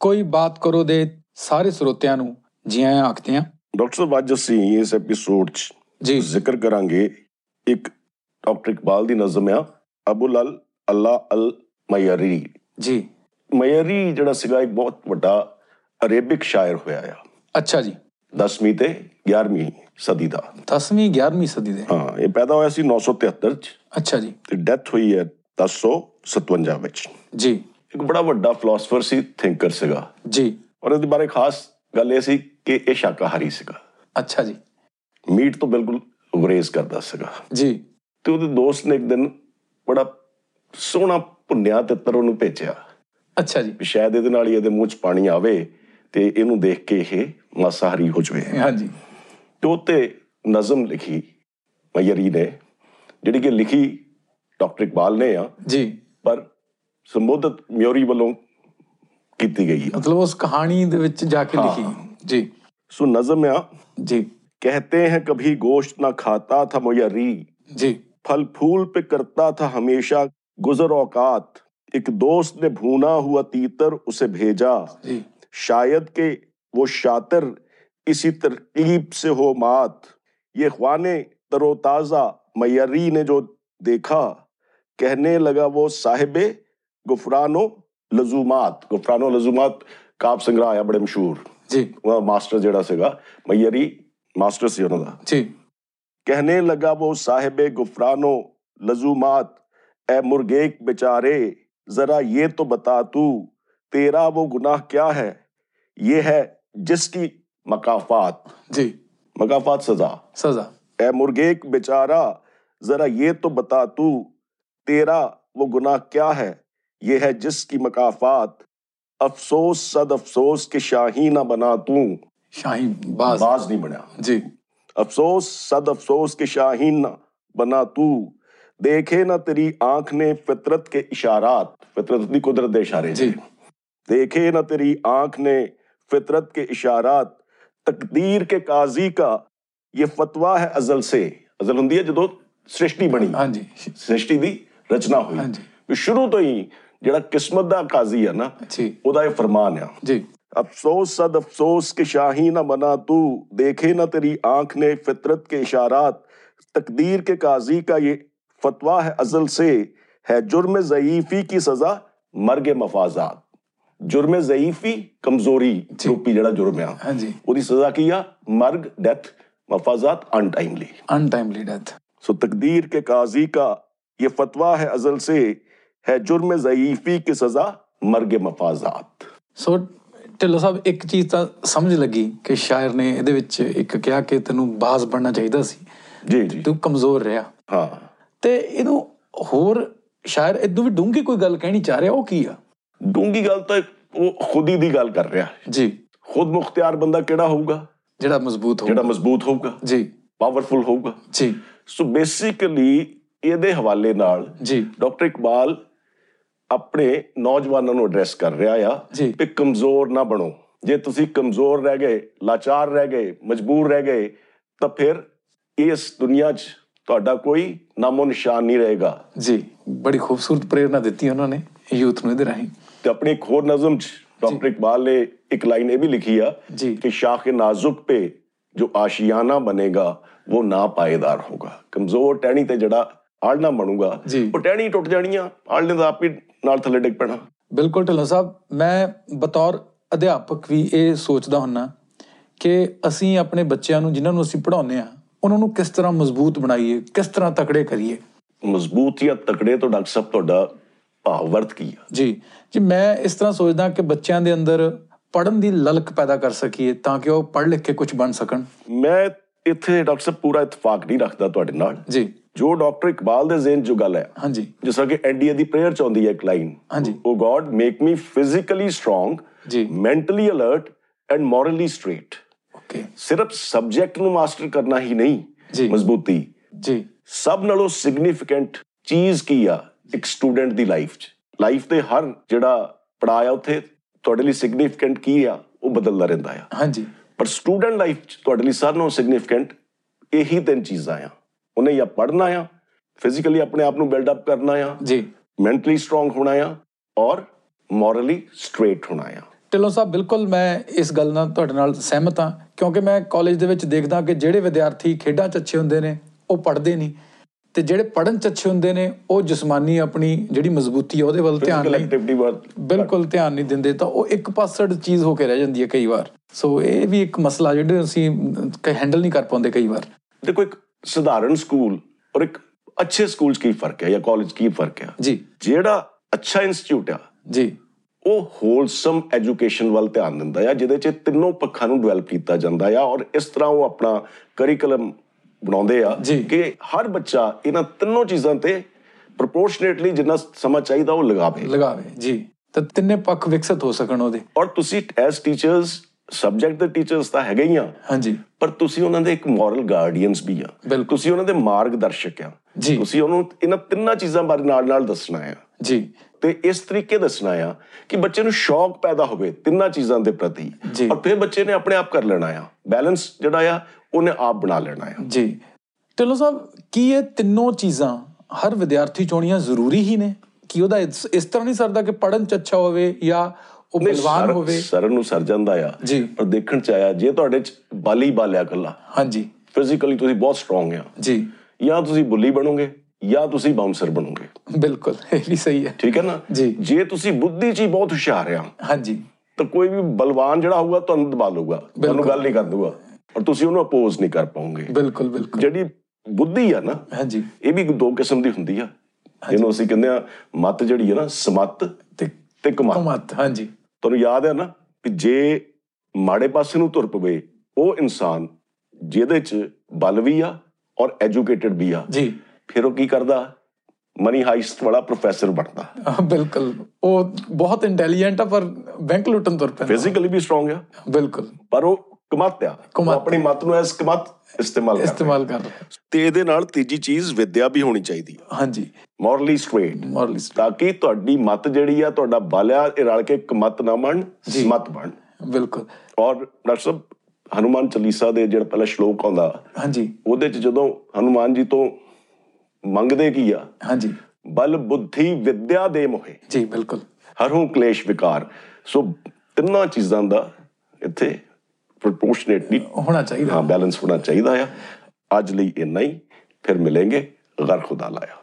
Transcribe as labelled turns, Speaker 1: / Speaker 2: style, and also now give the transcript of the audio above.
Speaker 1: ਕੋਈ ਬਾਤ ਕਰੋ ਦੇ ਸਾਰੇ ਸਰੋਤਿਆਂ ਨੂੰ ਜੀ ਆਇਆਂ ਆਖਦੇ ਹਾਂ
Speaker 2: ਡਾਕਟਰ ਸਾਹਿਬ ਅੱਜ ਅਸੀਂ ਇਸ ਐਪੀਸੋਡ 'ਚ
Speaker 1: ਜੀ
Speaker 2: ਜ਼ਿਕਰ ਕਰਾਂਗੇ ਇੱਕ ਡਾਕਟਰ ਇਕਬਾਲ ਦੀ ਨਜ਼ਮ ਆ ਅਬੁਲ ਅਲ ਅੱਲਾ ਅਲ ਮਯਰੀ
Speaker 1: ਜੀ
Speaker 2: ਮਯਰੀ ਜਿਹੜਾ ਸੀਗਾ ਇੱਕ ਬਹੁਤ ਵੱਡਾ ਅਰੇਬਿਕ ਸ਼ਾਇਰ ਹੋਇਆ ਆ
Speaker 1: ਅੱਛਾ ਜੀ
Speaker 2: 10ਵੀਂ ਤੇ 11ਵੀਂ ਸਦੀ ਦਾ
Speaker 1: 10ਵੀਂ 11ਵੀਂ ਸਦੀ ਦੇ
Speaker 2: ਹਾਂ ਇਹ ਪੈਦਾ ਹੋਇਆ ਸੀ 973 'ਚ
Speaker 1: ਅੱਛਾ ਜੀ
Speaker 2: ਤੇ ਡੈਥ ਹੋਈ ਹੈ 1057 ਵਿੱਚ
Speaker 1: ਜੀ
Speaker 2: ਇੱਕ ਬੜਾ ਵੱਡਾ ਫਿਲਾਸਫਰ ਸੀ ਥਿੰਕਰ ਸੀਗਾ
Speaker 1: ਜੀ
Speaker 2: ਔਰ ਇਹਦੇ ਬਾਰੇ ਖਾਸ ਗੱਲ ਇਹ ਸੀ ਕਿ ਇਹ ਸ਼ਾਕਾਹਾਰੀ ਸੀਗਾ
Speaker 1: ਅੱਛਾ ਜੀ
Speaker 2: ਮੀਟ ਤੋਂ ਬਿਲਕੁਲ ਗੁਰੇਜ਼ ਕਰਦਾ ਸੀਗਾ
Speaker 1: ਜੀ
Speaker 2: ਤੇ ਉਹਦੇ ਦੋਸਤ ਨੇ ਇੱਕ ਦਿਨ ਬੜਾ ਸੋਹਣਾ ਭੁੰਨਿਆ ਤਿੱਤਰ ਉਹਨੂੰ ਭੇਜਿਆ
Speaker 1: ਅੱਛਾ ਜੀ
Speaker 2: ਵੀ ਸ਼ਾਇਦ ਇਹਦੇ ਨਾਲ ਹੀ ਇਹਦੇ ਮੂੰਹ 'ਚ ਪਾਣੀ ਆਵੇ ਤੇ ਇਹਨੂੰ ਦੇਖ ਕੇ ਇਹ ਮਾਸਾਹਾਰੀ ਹੋ ਜਵੇ
Speaker 1: ਹਾਂਜੀ
Speaker 2: ਤੇ ਉੱਤੇ ਨਜ਼ਮ ਲਿਖੀ ਮਯਰੀ ਨੇ ਜਿਹੜੀ ਕਿ ਲਿਖੀ ਡਾਕਟਰ ਇਕਬਾਲ ਨੇ ਆ
Speaker 1: ਜੀ
Speaker 2: ਪਰ ਸੰਬੋਧਿਤ ਮਿਉਰੀ ਵੱਲੋਂ ਕੀਤੀ ਗਈ ਆ
Speaker 1: ਮਤਲਬ ਉਸ ਕਹਾਣੀ ਦੇ ਵਿੱਚ ਜਾ ਕੇ
Speaker 2: ਹਾਂ।
Speaker 1: ਲਿਖੀ ਜੀ
Speaker 2: ਸੋ ਨਜ਼ਮ ਆ
Speaker 1: ਜੀ
Speaker 2: कहते हैं कभी गोश्त ना खाता था मुयर्री
Speaker 1: ਜੀ
Speaker 2: फल फूल पे करता था हमेशा गुजर औकात एक दोस्त ने भूना हुआ तीतर उसे भेजा
Speaker 1: ਜੀ
Speaker 2: शायद के वो शातिर इसी तरकीब से हो मात ये ख्वाने तरोताजा मैयरी ने जो देखा कहने लगा वो साहिबे गुफरानो लजूमात गुफरानो लजूमात ਕਾਬ ਸੰਗ੍ਰਹਿ ਆਇਆ ਬੜੇ ਮਸ਼ਹੂਰ
Speaker 1: ਜੀ
Speaker 2: ਉਹਦਾ ਮਾਸਟਰ ਜਿਹੜਾ ਸੀਗਾ ਮਈਰੀ ਮਾਸਟਰ ਸੀ ਉਹਨਾਂ ਦਾ
Speaker 1: ਜੀ
Speaker 2: कहने लगा वो साहिब गुफरानो लजूमात ए मुर्गेक बेचारे जरा ये तो बता तू तेरा वो गुनाह क्या है ये है जिसकी मकाफात
Speaker 1: ਜੀ
Speaker 2: मकाफात सजा
Speaker 1: ਸਜ਼ਾ
Speaker 2: ए मुर्गेक बेचारा जरा ये तो बता तू तेरा वो गुनाह क्या है ये है जिसकी मकाफात अफसोस सद अफसोस के शाही ना बना तू
Speaker 1: ਸ਼ਾਹੀ ਬਾਜ਼
Speaker 2: बाज नहीं बना
Speaker 1: ਜੀ
Speaker 2: अफसोस सद अफसोस के शाहीन ना बना तू देखे ना तेरी आंख ने फितरत के इशारात फितरत अपनी कुदरत दे इशारे
Speaker 1: जी।
Speaker 2: थे। देखे ना तेरी आंख ने फितरत के इशारात तकदीर के काजी का ये फतवा है अजल से अजल ਹੁੰਦੀ ਹੈ ਜਦੋਂ ਸ੍ਰਿਸ਼ਟੀ ਬਣੀ
Speaker 1: ਹਾਂਜੀ
Speaker 2: ਸ੍ਰਿਸ਼ਟੀ ਦੀ ਰਚਨਾ ਹੋਈ
Speaker 1: ਹਾਂਜੀ
Speaker 2: ਵੀ ਸ਼ੁਰੂ ਤੋਂ ਹੀ ਜਿਹੜਾ ਕਿਸਮਤ ਦਾ ਕਾਜ਼ੀ ਆ ਨਾ
Speaker 1: ਜੀ
Speaker 2: ਉਹਦਾ ਇਹ ਫਰਮਾਨ ਆ
Speaker 1: ਜੀ
Speaker 2: अफसोस सद अफसोस के शाही न बना तू देखे ना तेरी आंख ने फितरत के इशारात तकदीर के काजी का ये फतवा है अजल से है जुर्म ज़यीफ़ी की सज़ा मर्ग मफाजात जुर्म ज़यीफ़ी कमजोरी
Speaker 1: जी।
Speaker 2: रूपी जड़ा जुर्म है
Speaker 1: ਹਾਂਜੀ
Speaker 2: ਉਹਦੀ ਸਜ਼ਾ ਕੀ ਆ ਮਰਗ ਡੈਥ ਮਫਾਜ਼ਾਤ ਅਨਟਾਈਮਲੀ
Speaker 1: ਅਨਟਾਈਮਲੀ ਡੈਥ
Speaker 2: सो तकदीर के काजी का ये फतवा है अजल से है जुर्म ज़यीफ़ी की सज़ा मर्ग मफाजात
Speaker 1: ਸੋ ਢਿੱਲੋਂ ਸਾਹਿਬ ਇੱਕ ਚੀਜ਼ ਤਾਂ ਸਮਝ ਲੱਗੀ ਕਿ ਸ਼ਾਇਰ ਨੇ ਇਹਦੇ ਵਿੱਚ ਇੱਕ ਕਿਹਾ ਕਿ ਤੈਨੂੰ ਬਾਜ਼ ਬਣਨਾ ਚਾਹੀਦਾ ਸੀ
Speaker 2: जी जी
Speaker 1: ਤੂੰ ਕਮਜ਼ੋਰ ਰਿਹਾ
Speaker 2: हाँ
Speaker 1: ਤੇ ਇਹਨੂੰ ਹੋਰ ਸ਼ਾਇਰ ਇਦੋਂ ਵੀ ਡੂੰਘੀ ਕੋਈ ਗੱਲ ਕਹਿਣੀ ਚਾਹ ਰਿਹਾ ਉਹ ਕੀ ਆ
Speaker 2: ਡੂੰਗੀ ਗੱਲ ਤਾਂ ਉਹ ਖੁਦ ਹੀ ਦੀ ਗੱਲ ਕਰ ਰਿਹਾ
Speaker 1: ਜੀ
Speaker 2: ਖੁਦ ਮੁਖਤਿਆਰ ਬੰਦਾ ਕਿਹੜਾ ਹੋਊਗਾ
Speaker 1: ਜਿਹੜਾ ਮਜ਼ਬੂਤ ਹੋ
Speaker 2: ਜਿਹੜਾ ਮਜ਼ਬੂਤ ਹੋਊਗਾ
Speaker 1: ਜੀ
Speaker 2: ਪਾਵਰਫੁਲ ਹੋਊਗਾ
Speaker 1: ਜੀ
Speaker 2: ਸੋ ਬੇਸਿਕਲੀ ਇਹਦੇ ਹਵਾਲੇ ਨਾਲ
Speaker 1: ਜੀ
Speaker 2: ਡਾਕਟਰ ਇਕਬਾਲ ਆਪਣੇ ਨੌਜਵਾਨਾਂ ਨੂੰ ਐਡਰੈਸ ਕਰ ਰਿਹਾ ਆ
Speaker 1: ਜੀ।
Speaker 2: ਕਿ ਕਮਜ਼ੋਰ ਨਾ ਬਣੋ ਜੇ ਤੁਸੀਂ ਕਮਜ਼ੋਰ ਰਹਿ ਗਏ ਲਾਚਾਰ ਰਹਿ ਗਏ ਮਜਬੂਰ ਰਹਿ ਗਏ ਤਾਂ ਫਿਰ ਇਸ ਦੁਨੀਆ 'ਚ ਤੁਹਾਡਾ ਕੋਈ ਨਾਮੋ ਨਿਸ਼ਾਨ ਨਹੀਂ ਰਹੇਗਾ
Speaker 1: ਜੀ ਬੜੀ ਖੂਬਸੂਰਤ ਪ੍ਰੇਰਣਾ ਦਿੱਤੀ ਉਹਨਾਂ ਨੇ ਯੂਥ ਨੂੰ ਇਹਦੇ ਰਾਹੀਂ
Speaker 2: ਤੇ ਆਪਣੀ ਇੱਕ ਹੋਰ ਨਜ਼ਮ 'ਚ ਡਾਕਟਰ ਇਕਬਾਲ ਨੇ ਇੱਕ ਲਾਈਨ ਇਹ ਵੀ ਲਿਖੀ ਆ
Speaker 1: ਜੀ
Speaker 2: कि शाख नाजुक पे जो आशियाना बनेगा वो ना पायदार होगा कमजोर टहनी ਤੇ ਜਿਹੜਾ ਆਲਣਾ ਬਣੂਗਾ
Speaker 1: ਜੀ।
Speaker 2: ਉਹ ਟਹਿਣੀ ਟੁੱਟ ਜਾਣੀ ਆ ਆਲਣੇ ਦਾ ਆਪ ਹੀ ਨਾਲ ਥੱਲੇ ਡਿੱਗ ਪੈਣਾ
Speaker 1: ਬਿਲਕੁਲ ਢਿੱਲੋਂ ਸਾਹਿਬ ਮੈਂ ਬਤੌਰ ਅਧਿਆਪਕ ਵੀ ਇਹ ਸੋਚਦਾ ਹੁੰਨਾ ਕਿ ਅਸੀਂ ਆਪਣੇ ਬੱਚਿਆਂ ਨੂੰ ਜਿਨ੍ਹਾਂ ਨੂੰ ਅਸੀਂ ਪੜ੍ਹਾਉਂਦੇ ਆ ਉਹਨਾਂ ਨੂੰ ਕਿਸ ਤਰ੍ਹਾਂ ਮਜ਼ਬੂਤ ਬਣਾਈਏ ਕਿਸ ਤਰ੍ਹਾਂ ਤਕੜੇ ਕਰੀਏ
Speaker 2: ਮਜ਼ਬੂਤ ਜਾਂ ਤਕੜੇ ਤੋਂ ਡਾਕਟਰ ਸਾਹਿਬ ਤੁਹਾਡਾ ਭਾਵ ਵਰਤ ਕੀ ਆ
Speaker 1: ਜੀ ਜੀ ਮੈਂ ਇਸ ਤਰ੍ਹਾਂ ਸੋਚਦਾ ਕਿ ਬੱਚਿਆਂ ਦੇ ਅੰਦਰ ਪੜ੍ਹਨ ਦੀ ਲਲਕ ਪੈਦਾ ਕਰ ਸਕੀਏ ਤਾਂ ਕਿ ਉਹ ਪੜ੍ਹ ਲਿਖ ਕੇ ਕੁਝ ਬਣ ਸਕਣ
Speaker 2: ਮੈਂ ਇੱਥੇ ਡਾਕਟਰ ਸਾਹਿਬ ਪੂਰਾ ਇਤਫਾਕ ਨਹੀਂ ਰੱਖਦਾ ਤੁਹਾਡੇ ਨਾਲ
Speaker 1: ਜੀ
Speaker 2: ਜੋ ਡਾਕਟਰ ਇਕਬਾਲ ਦੇ ਜ਼ਿਹਨ 'ਚ ਜੋ ਗੱਲ ਹੈ
Speaker 1: ਹਾਂਜੀ
Speaker 2: ਜਿਸ ਤਰ੍ਹਾਂ ਕਿ ਐਨਡੀਏ ਦੀ ਪ੍ਰੇਅਰ ਚ ਆਉਂਦੀ ਹੈ ਇੱਕ ਲਾਈਨ
Speaker 1: ਹਾਂਜੀ।
Speaker 2: ਉਹ God make me physically strong
Speaker 1: ਜੀ
Speaker 2: mentally alert and morally straight
Speaker 1: okay
Speaker 2: ਸਿਰਫ ਸਬਜੈਕਟ ਨੂੰ ਮਾਸਟਰ ਕਰਨਾ ਹੀ ਨਹੀਂ
Speaker 1: ਜੀ
Speaker 2: ਮਜ਼ਬੂਤੀ
Speaker 1: ਜੀ
Speaker 2: ਸਭ ਨਾਲੋਂ ਸਿਗਨੀਫੀਕੈਂਟ ਚੀਜ਼ ਕੀ ਆ ਇੱਕ ਸਟੂਡੈਂਟ ਦੀ ਲਾਈਫ 'ਚ ਲਾਈਫ ਦੇ ਹਰ ਜਿਹੜਾ ਪੜਾਅ ਆ ਉੱਥੇ ਤੁਹਾਡੇ ਲਈ ਸਿਗਨੀਫੀਕੈਂਟ ਕੀ ਆ ਉਹ ਬਦਲਦਾ ਰਹਿੰਦਾ ਆ
Speaker 1: ਹਾਂਜੀ
Speaker 2: ਪਰ ਸਟੂਡੈਂਟ ਲਾਈਫ 'ਚ ਤੁਹਾਡੇ ਲਈ ਸਾਰਿਆਂ ਨਾਲੋਂ ਸਿਗਨੀਫੀਕੈਂਟ ਇਹੀ ਤਿੰਨ ਚੀਜ਼ਾਂ ਆ ਉਹਨੇ ਜਾਂ ਪੜ੍ਹਨਾ ਆ ਫਿਜ਼ੀਕਲੀ ਆਪਣੇ ਆਪ ਨੂੰ ਬਿਲਡ ਅਪ ਕਰਨਾ ਆ
Speaker 1: ਜੀ
Speaker 2: ਮੈਂਟਲੀ ਸਟਰੋਂਗ ਹੋਣਾ ਆ ਔਰ ਮੋਰਲੀ ਸਟ੍ਰੇਟ ਹੋਣਾ ਆ
Speaker 1: ਢਿੱਲੋਂ ਸਾਹਿਬ ਬਿਲਕੁਲ ਮੈਂ ਇਸ ਗੱਲ ਨਾਲ ਤੁਹਾਡੇ ਨਾਲ ਸਹਿਮਤ ਹਾਂ ਕਿਉਂਕਿ ਮੈਂ ਕਾਲਜ ਦੇ ਵਿੱਚ ਦੇਖਦਾ ਕਿ ਜਿਹੜੇ ਵਿਦਿਆਰਥੀ ਖੇਡਾਂ 'ਚ ਅੱਛੇ ਹੁੰਦੇ ਨੇ ਉਹ ਪੜ੍ਹਦੇ ਨਹੀਂ ਤੇ ਜਿਹੜੇ ਪੜ੍ਹਨ 'ਚ ਅੱਛੇ ਹੁੰਦੇ ਨੇ ਉਹ ਜਿਸਮਾਨੀ ਆਪਣੀ ਜਿਹੜੀ ਮਜ਼ਬੂਤੀ ਆ ਉਹਦੇ ਵੱਲ ਧਿਆਨ
Speaker 2: Physical
Speaker 1: ਨਹੀਂ
Speaker 2: activity ਵੱਲ-
Speaker 1: ਬਿਲਕੁਲ ਧਿਆਨ ਨਹੀਂ ਦਿੰਦੇ ਤਾਂ ਉਹ ਇੱਕ ਪਾਸੜ ਚੀਜ਼ ਹੋ ਕੇ ਰਹਿ ਜਾਂਦੀ ਹੈ ਕਈ ਵਾਰ ਸੋ ਇਹ ਵੀ ਇੱਕ ਮਸਲਾ ਜਿਹੜੇ ਅਸੀਂ ਹੈਂਡਲ ਨਹੀਂ ਕਰ ਪਾਉਂਦੇ ਕਈ ਵਾਰ
Speaker 2: देखो एक साधारण स्कूल और एक अच्छे स्कूल की फर्क है या कॉलेज की फर्क है
Speaker 1: ਜੀ
Speaker 2: ਜਿਹੜਾ ਅੱਛਾ ਇੰਸਟੀਚਿਊਟ ਆ
Speaker 1: ਜੀ
Speaker 2: ਉਹ ਹੋਲਸਮ ਐਜੂਕੇਸ਼ਨ ਵੱਲ ਧਿਆਨ ਦਿੰਦਾ ਆ ਜਿਹਦੇ 'ਚ ਤਿੰਨੋਂ ਪੱਖਾਂ ਨੂੰ ਡਿਵੈਲਪ ਕੀਤਾ ਜਾਂਦਾ ਆ ਔਰ ਇਸ ਤਰ੍ਹਾਂ ਉਹ ਆਪਣਾ ਕਰਿਕੂਲਮ ਬਣਾਉਂਦੇ ਆ
Speaker 1: ਜੀ।
Speaker 2: ਕਿ ਹਰ ਬੱਚਾ ਇਹਨਾਂ ਤਿੰਨੋਂ ਚੀਜ਼ਾਂ ਤੇ ਪ੍ਰੋਪੋਰਸ਼ਨੇਟਲੀ ਜਿੰਨਾ ਸਮਾਂ ਚਾਹੀਦਾ ਉਹ ਲਗਾਵੇ
Speaker 1: ਲਗਾਵੇ ਜੀ ਤਾਂ ਤਿੰਨੇ ਪੱਖ ਵਿਕਸਿਤ ਹੋ ਸਕਣ ਉਹਦੇ
Speaker 2: ਔਰ ਤੁਸੀਂ ਐਸ ਟੀਚਰਸ ਸਬਜੈਕਟ ਦੇ ਟੀਚਰਸ ਤਾਂ ਹੈਗੇ ਹੀ ਆ
Speaker 1: ਹਾਂਜੀ
Speaker 2: ਪਰ ਤੁਸੀਂ ਉਹਨਾਂ ਦੇ ਇੱਕ ਮੋਰਲ ਗਾਰਡੀਅਨਸ ਵੀ ਆ
Speaker 1: ਬਿਲਕੁਲ।
Speaker 2: ਤੁਸੀਂ ਉਹਨਾਂ ਦੇ ਮਾਰਗਦਰਸ਼ਕ ਆ
Speaker 1: ਜੀ।
Speaker 2: ਤੁਸੀਂ ਉਹਨੂੰ ਇਹਨਾਂ ਤਿੰਨਾਂ ਚੀਜ਼ਾਂ ਬਾਰੇ ਨਾਲ-ਨਾਲ ਦੱਸਣਾ ਆ
Speaker 1: ਜੀ
Speaker 2: ਤੇ ਇਸ ਤਰੀਕੇ ਦੱਸਣਾ ਆ ਕਿ ਬੱਚੇ ਨੂੰ ਸ਼ੌਕ ਪੈਦਾ ਹੋਵੇ ਤਿੰਨਾਂ ਚੀਜ਼ਾਂ ਦੇ ਪ੍ਰਤੀ
Speaker 1: ਜੀ।
Speaker 2: ਔਰ ਫਿਰ ਬੱਚੇ ਨੇ ਆਪਣੇ ਆਪ ਕਰ ਲੈਣਾ ਆ ਬੈਲੈਂਸ ਜਿਹੜਾ ਆ ਉਹਨੇ ਆਪ ਬਣਾ ਲੈਣਾ ਆ
Speaker 1: ਜੀ ਢਿੱਲੋਂ ਸਾਹਿਬ ਕੀ ਇਹ ਤਿੰਨੋਂ ਚੀਜ਼ਾਂ ਹਰ ਵਿਦਿਆਰਥੀ ਚੋਣੀਆਂ ਜ਼ਰੂਰੀ ਹੀ ਨੇ ਕਿ ਉਹਦਾ ਇਸ ਇਸ ਤਰ੍ਹਾਂ ਨਹੀਂ ਸਰਦਾ ਕਿ ਪੜਨ ਚ ਅੱਛਾ ਹੋਵੇ ਜਾਂ ਉਹ ਬਲਵਾਨ
Speaker 2: ਸਰ-
Speaker 1: ਹੋਵੇ
Speaker 2: ਸਰਨ ਨੂੰ ਸਰ ਜਾਂਦਾ ਆ
Speaker 1: ਜੀ।
Speaker 2: ਪਰ ਦੇਖਣ ਚ ਆਇਆ ਜੇ ਤੁਹਾਡੇ ਚ ਬਾਲੀ ਬਾਲਿਆ ਕੱਲਾ
Speaker 1: ਹਾਂਜੀ
Speaker 2: ਫਿਜ਼ੀਕਲੀ ਤੁਸੀਂ ਬਹੁਤ ਸਟਰੋਂਗ ਆ
Speaker 1: ਜੀ
Speaker 2: ਜਾਂ ਤੁਸੀਂ ਬੁੱਲੀ ਬਣੋਗੇ ਜਾਂ ਤੁਸੀਂ ਬਾਉਂਸਰ ਬਣੋਗੇ
Speaker 1: ਬਿਲਕੁਲ ਇਹ ਵੀ ਸਹੀ ਹੈ
Speaker 2: ਠੀਕ ਹੈ ਨਾ
Speaker 1: ਜੀ।
Speaker 2: ਜੇ ਤੁਸੀਂ ਬੁੱਧੀ ਚ ਹੀ ਬਹੁਤ ਹੁਸ਼ਿਆਰ ਆ
Speaker 1: ਹਾਂਜੀ
Speaker 2: ਤਾਂ ਕੋਈ ਵੀ ਬਲਵਾਨ ਜਿਹੜਾ ਹੋਊਗਾ ਤੁਹਾਨੂੰ ਦਬਾ ਲਊਗਾ ਤੁਹਾਨੂੰ ਗੱਲ ਨਹੀਂ ਕਰ ਦਊਗਾ ਔਰ ਤੁਸੀਂ ਉਹਨੂੰ ਅਪੋਜ਼ ਨਹੀਂ ਕਰ ਪਾਓਗੇ
Speaker 1: ਬਿਲਕੁਲ ਬਿਲਕੁਲ
Speaker 2: ਜਿਹੜੀ ਬੁੱਧੀ ਆ ਨਾ
Speaker 1: ਹਾਂਜੀ
Speaker 2: ਇਹ ਵੀ ਦੋ ਕਿਸਮ ਦੀ ਹੁੰਦੀ ਆ ਜਿਹਨੂੰ ਅਸੀਂ ਕਹਿੰਦੇ ਆ ਮਤ ਜਿਹੜੀ ਆ ਨਾ ਸਮਤ
Speaker 1: ਤੇ
Speaker 2: ਤੇ ਕਮਤ
Speaker 1: ਕਮਤ ਹਾਂਜੀ
Speaker 2: ਤੁਹਾਨੂੰ ਯਾਦ ਆ ਨਾ ਕਿ ਜੇ ਮਾੜੇ ਪਾਸੇ ਨੂੰ ਤੁਰ ਪਵੇ ਉਹ ਇਨਸਾਨ ਜਿਹਦੇ 'ਚ ਬਲ ਵੀ ਆ ਔਰ ਐਜੂਕੇਟਿਡ ਵੀ ਆ
Speaker 1: ਜੀ
Speaker 2: ਫਿਰ ਉਹ ਕੀ ਕਰਦਾ ਮਨੀ ਹਾਈਸਟ ਵਾਲਾ ਪ੍ਰੋਫੈਸਰ ਬਣਦਾ
Speaker 1: ਹਾਂ, ਬਿਲਕੁਲ ਉਹ ਬਹੁਤ ਇੰਟੈਲੀਜੈਂਟ ਆ ਪਰ ਬੈਂਕ ਲੁੱਟਣ ਤੁਰ ਪੈਂਦਾ
Speaker 2: ਫਿਜ਼ੀਕਲੀ ਵੀ ਸਟਰੋਂਗ ਆ
Speaker 1: ਬਿਲਕੁਲ
Speaker 2: ਪਰ ਉਹ ਕਮਤ ਆ ਉਹ
Speaker 1: ਕਮਤ।
Speaker 2: ਆਪਣੀ ਮਤ ਨੂੰ ਐਸ ਕਮਤ ਇਸਤੇਮਾਲ ਕਰਦਾ
Speaker 1: ਇਸਤੇਮਾਲ ਕਰ ਰਿਹਾ
Speaker 2: ਤੇ ਇਹਦੇ ਨਾਲ ਤੀਜੀ ਚੀਜ਼ ਵਿੱਦਿਆ ਵੀ ਹੋਣੀ ਚਾਹੀਦੀ ਆ
Speaker 1: ਹਾਂਜੀ
Speaker 2: ਮੋਰਲੀ ਸਟ੍ਰੇਟ
Speaker 1: ਮੋਰਲਿਸ
Speaker 2: ਤਾਂ ਕਿ ਤੁਹਾਡੀ ਮਤ ਜਿਹੜੀ ਆ ਤੁਹਾਡਾ ਬਾਲਿਆ ਇਹ ਰਲ ਕੇ ਕਮਤ ਨਾ ਬਣ
Speaker 1: ਜੀ।
Speaker 2: ਸਮਤ ਬਣ
Speaker 1: ਬਿਲਕੁਲ
Speaker 2: ਔਰ ਡਾਕਟਰ ਸਾਹਿਬ ਹਨੂਮਾਨ ਚਾਲੀਸਾ ਦੇ ਜਿਹੜਾ ਪਹਿਲਾ ਸ਼ਲੋਕ ਆਉਂਦਾ
Speaker 1: ਹਾਂਜੀ
Speaker 2: ਉਹਦੇ ਚ ਜਦੋਂ ਹਨੂਮਾਨ ਜੀ ਤੋਂ ਮੰਗਦੇ ਕੀ ਆ
Speaker 1: ਹਾਂਜੀ
Speaker 2: ਬਲ ਬੁੱਧੀ ਵਿੱਦਿਆ ਦੇ ਮੋਹੇ
Speaker 1: ਜੀ ਬਿਲਕੁਲ
Speaker 2: ਹਰੋਂ ਕਲੇਸ਼ ਵਿਕਾਰ ਸੋ ਤਿੰਨਾਂ ਚੀਜ਼ਾਂ ਦਾ ਇੱਥੇ ਪ੍ਰੋਪੋਰਸ਼ਨੇਟਲੀ
Speaker 1: ਹੋਣਾ ਚਾਹੀਦਾ
Speaker 2: ਹਾਂ ਬੈਲੈਂਸ ਹੋਣਾ ਚਾਹੀਦਾ ਆ ਅੱਜ ਲਈ ਇੰਨਾ ਹੀ ਫਿਰ ਮਿਲਾਂਗੇ ਗਰ ਖੁਦਾ ਲਾਇਆ